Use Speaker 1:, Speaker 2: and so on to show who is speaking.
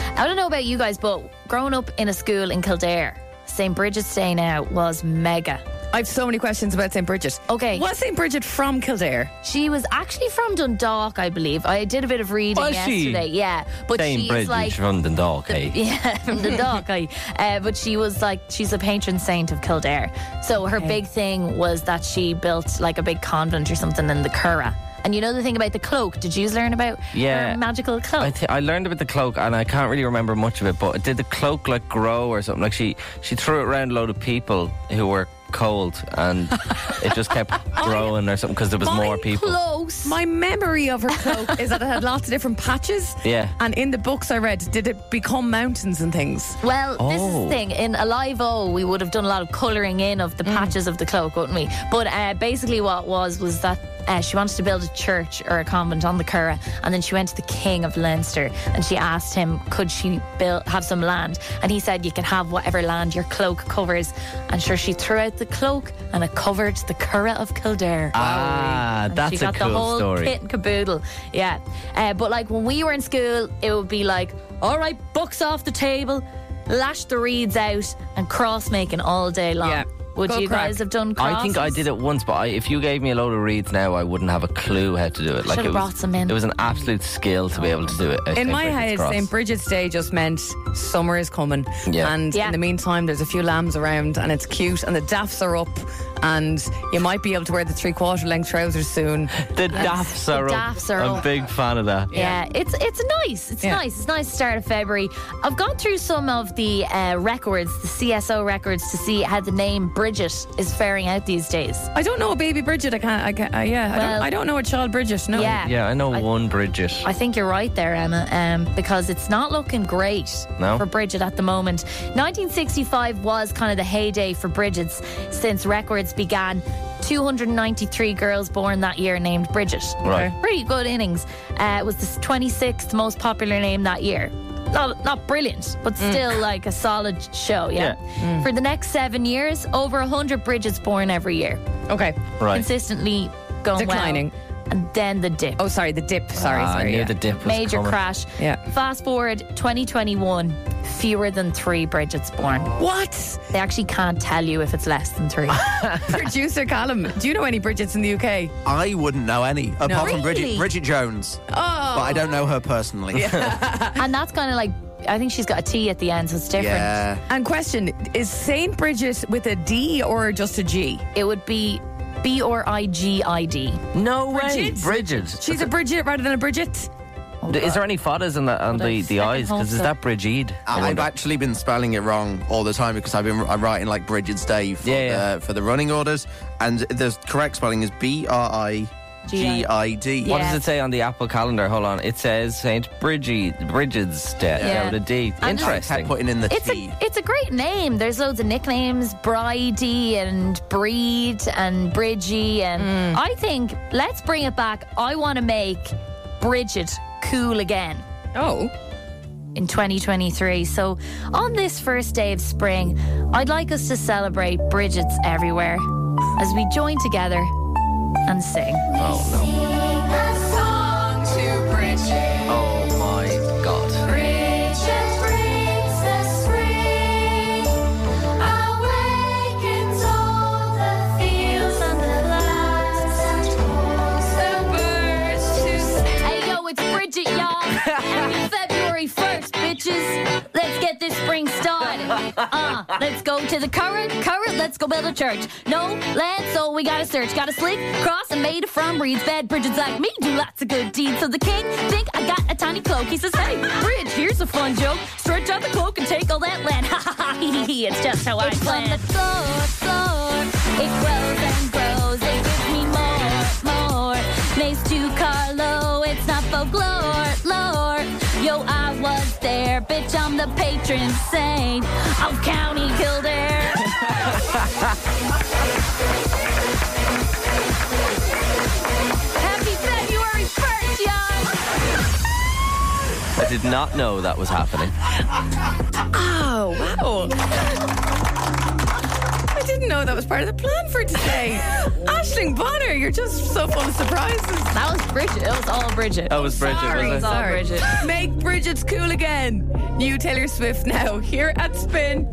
Speaker 1: I don't know about you guys, but growing up in a school in Kildare, St. Bridget's Day now was mega.
Speaker 2: I have so many questions about St. Bridget.
Speaker 1: Okay.
Speaker 2: Was St. Bridget from Kildare?
Speaker 1: She was actually from Dundalk, I believe. I did a bit of reading
Speaker 3: Was she?
Speaker 1: yesterday. Yeah, but
Speaker 3: Same
Speaker 1: she's
Speaker 3: bridge
Speaker 1: like
Speaker 3: from Dundalk, hey?
Speaker 1: yeah from Dundalk. I, uh, but she was like she's a patron saint of Kildare. So her big thing was that she built like a big convent or something in the Curra. And you know the thing about the cloak? Did you learn about
Speaker 3: Yeah.
Speaker 1: her magical cloak?
Speaker 3: I, th- I learned about the cloak and I can't really remember much of it, but did the cloak like grow or something? Like she, she threw it around a load of people who were cold and it just kept growing or something because there was more
Speaker 2: my
Speaker 3: people.
Speaker 1: Close.
Speaker 2: My memory of her cloak is that it had lots of different patches.
Speaker 3: Yeah.
Speaker 2: And in the books I read, did it become mountains and things?
Speaker 1: Well, this is the
Speaker 3: Oh.
Speaker 1: thing. In Alive O, we would have done a lot of colouring in of the patches of the cloak, wouldn't we? But uh, basically, what was was that. Uh, she wanted to build a church or a convent on the Curra, and then she went to the King of Leinster and she asked him, "Could she build have some land?" And he said, "You can have whatever land your cloak covers." And sure, she threw out the cloak and it covered the Curra of Kildare.
Speaker 3: Ah,
Speaker 1: And
Speaker 3: that's
Speaker 1: she got
Speaker 3: a cool
Speaker 1: the whole
Speaker 3: story.
Speaker 1: kit and caboodle. Yeah. Uh, but like when we were in school, it would be like, all right, books off the table, lash the reeds out, and cross making all day long.
Speaker 2: Yeah.
Speaker 1: Would
Speaker 2: Good
Speaker 1: you
Speaker 2: crack.
Speaker 1: guys have done crosses?
Speaker 3: I think I did it once, but I, if you gave me a load of reads now, I wouldn't have a clue how to do it. Like
Speaker 1: Should've
Speaker 3: it was,
Speaker 1: brought some in.
Speaker 3: It was an absolute skill to be able to do it. at
Speaker 2: In
Speaker 3: St.
Speaker 2: my
Speaker 3: Bridget's
Speaker 2: head,
Speaker 3: Cross.
Speaker 2: St. Bridget's Day just meant summer is coming.
Speaker 3: Yeah.
Speaker 2: And
Speaker 1: Yeah.
Speaker 2: in the meantime, there's a few lambs around and it's cute and the daffs are up and you might be able to wear the three quarter length trousers soon.
Speaker 3: The daffs are up.
Speaker 1: daffs are
Speaker 3: I'm a
Speaker 1: up.
Speaker 3: big fan of that.
Speaker 1: Yeah, it's it's nice. It's
Speaker 2: Yeah.
Speaker 1: nice. It's nice start of February. I've gone through some of the uh, records, the CSO records, to see how the name Bridget is faring out these days.
Speaker 2: I don't know a baby Bridget. I can't. I can't uh, yeah. I,
Speaker 1: Well-
Speaker 2: don't, I don't know a child Bridget. No.
Speaker 1: Yeah.
Speaker 3: Oh, Yeah, I know one Bridget.
Speaker 1: I think you're right there, Emma, um, because it's not looking great
Speaker 3: No.
Speaker 1: for Bridget at the moment. 1965 was kind of the heyday for Bridget's since records began. 293 girls born that year named Bridget.
Speaker 3: Right.
Speaker 1: Pretty good innings. Uh, it was the 26th most popular name that year. Not, not brilliant, but
Speaker 3: Mm.
Speaker 1: still like a solid show, yeah. For the next seven years, over 100 Bridgets born every year,
Speaker 2: Okay.
Speaker 3: right.
Speaker 1: consistently going well.
Speaker 2: Declining.
Speaker 1: And then the dip.
Speaker 2: Oh, sorry. The dip. Sorry.
Speaker 3: Ah, I
Speaker 2: sorry.
Speaker 3: knew
Speaker 2: yeah.
Speaker 3: the dip was
Speaker 1: Major
Speaker 3: coming.
Speaker 1: crash.
Speaker 2: Yeah.
Speaker 1: Fast forward 2021, fewer than three Bridget's born.
Speaker 2: What?
Speaker 1: They actually can't tell you if it's less than three.
Speaker 2: Producer Callum, do you know any Bridgets in the UK?
Speaker 4: I wouldn't know any apart from
Speaker 1: Really?
Speaker 4: Bridget, Bridget Jones. Oh. But I don't know her personally. Yeah.
Speaker 1: and that's kind of like, I think she's got a T at the end, so it's different.
Speaker 2: And question is Saint Bridget with a D or just a G?
Speaker 1: It would be B or I G I D.
Speaker 3: No way.
Speaker 2: Bridget.
Speaker 3: Bridget.
Speaker 2: She's a Bridget rather than a Bridget.
Speaker 3: Is there any fathers in the, on
Speaker 1: I
Speaker 3: the, the
Speaker 1: second
Speaker 3: eyes?
Speaker 1: hope
Speaker 3: Because is
Speaker 1: so.
Speaker 3: that Brigid? I
Speaker 4: I- I've
Speaker 3: wonder.
Speaker 4: actually been spelling it wrong all the time because I've been I'm writing like Bridget's Day for,
Speaker 3: Yeah, yeah.
Speaker 4: The, for the running orders, and the correct spelling is B R I G I D.
Speaker 3: What
Speaker 1: Yeah.
Speaker 3: does it say on the Apple calendar? Hold on. It says St. Brigid, Brigid's Day.
Speaker 1: Yeah.
Speaker 3: Yeah. with a D.
Speaker 1: And just-
Speaker 4: I kept
Speaker 3: Interesting.
Speaker 4: putting in the
Speaker 1: It's
Speaker 4: T.
Speaker 1: a it's a great name. There's loads of nicknames, Bridie and Breed and Bridgie, and I think let's bring it back. I want to make Bridget cool again.
Speaker 2: Oh.
Speaker 1: in 2023. So, on this first day of spring, I'd like us to celebrate Bridget's everywhere as we join together and sing.
Speaker 3: Oh, no. Oh, my God.
Speaker 1: Hey, yo, it's Bridget, y'all. Happy February 1st, bitches. Let's get this spring started. Uh, let's go to the current, current, let's go build a church. No land, so we gotta search. Got a slick cross and made it from reeds. Bad Bridget's like me, do lots of good deeds. So the king think I got a tiny cloak. He says, hey, Bridge, here's a fun joke. Stretch out the cloak and take all that land. Ha ha ha, hee hee hee, it's just how I plan. It's from the floor, floor. It grows and grows, it gives me more, more. Mace to Carlo, it's not folklore, lore. Yo, I was there, bitch, I'm the patron saint of County Kildare. Happy February 1st, y'all!
Speaker 3: I did not know that was happening.
Speaker 2: Oh, wow. I didn't know that was part of the plan for today. Ashling Bonner, you're just so full of surprises.
Speaker 3: Oh,
Speaker 1: That was Bridget, it was all Bridget.
Speaker 3: That was Bridget,
Speaker 2: Sorry,
Speaker 3: was it?
Speaker 1: all
Speaker 2: sorry.
Speaker 1: Bridget.
Speaker 2: Make Bridget's cool again. New Taylor Swift now here at Spin.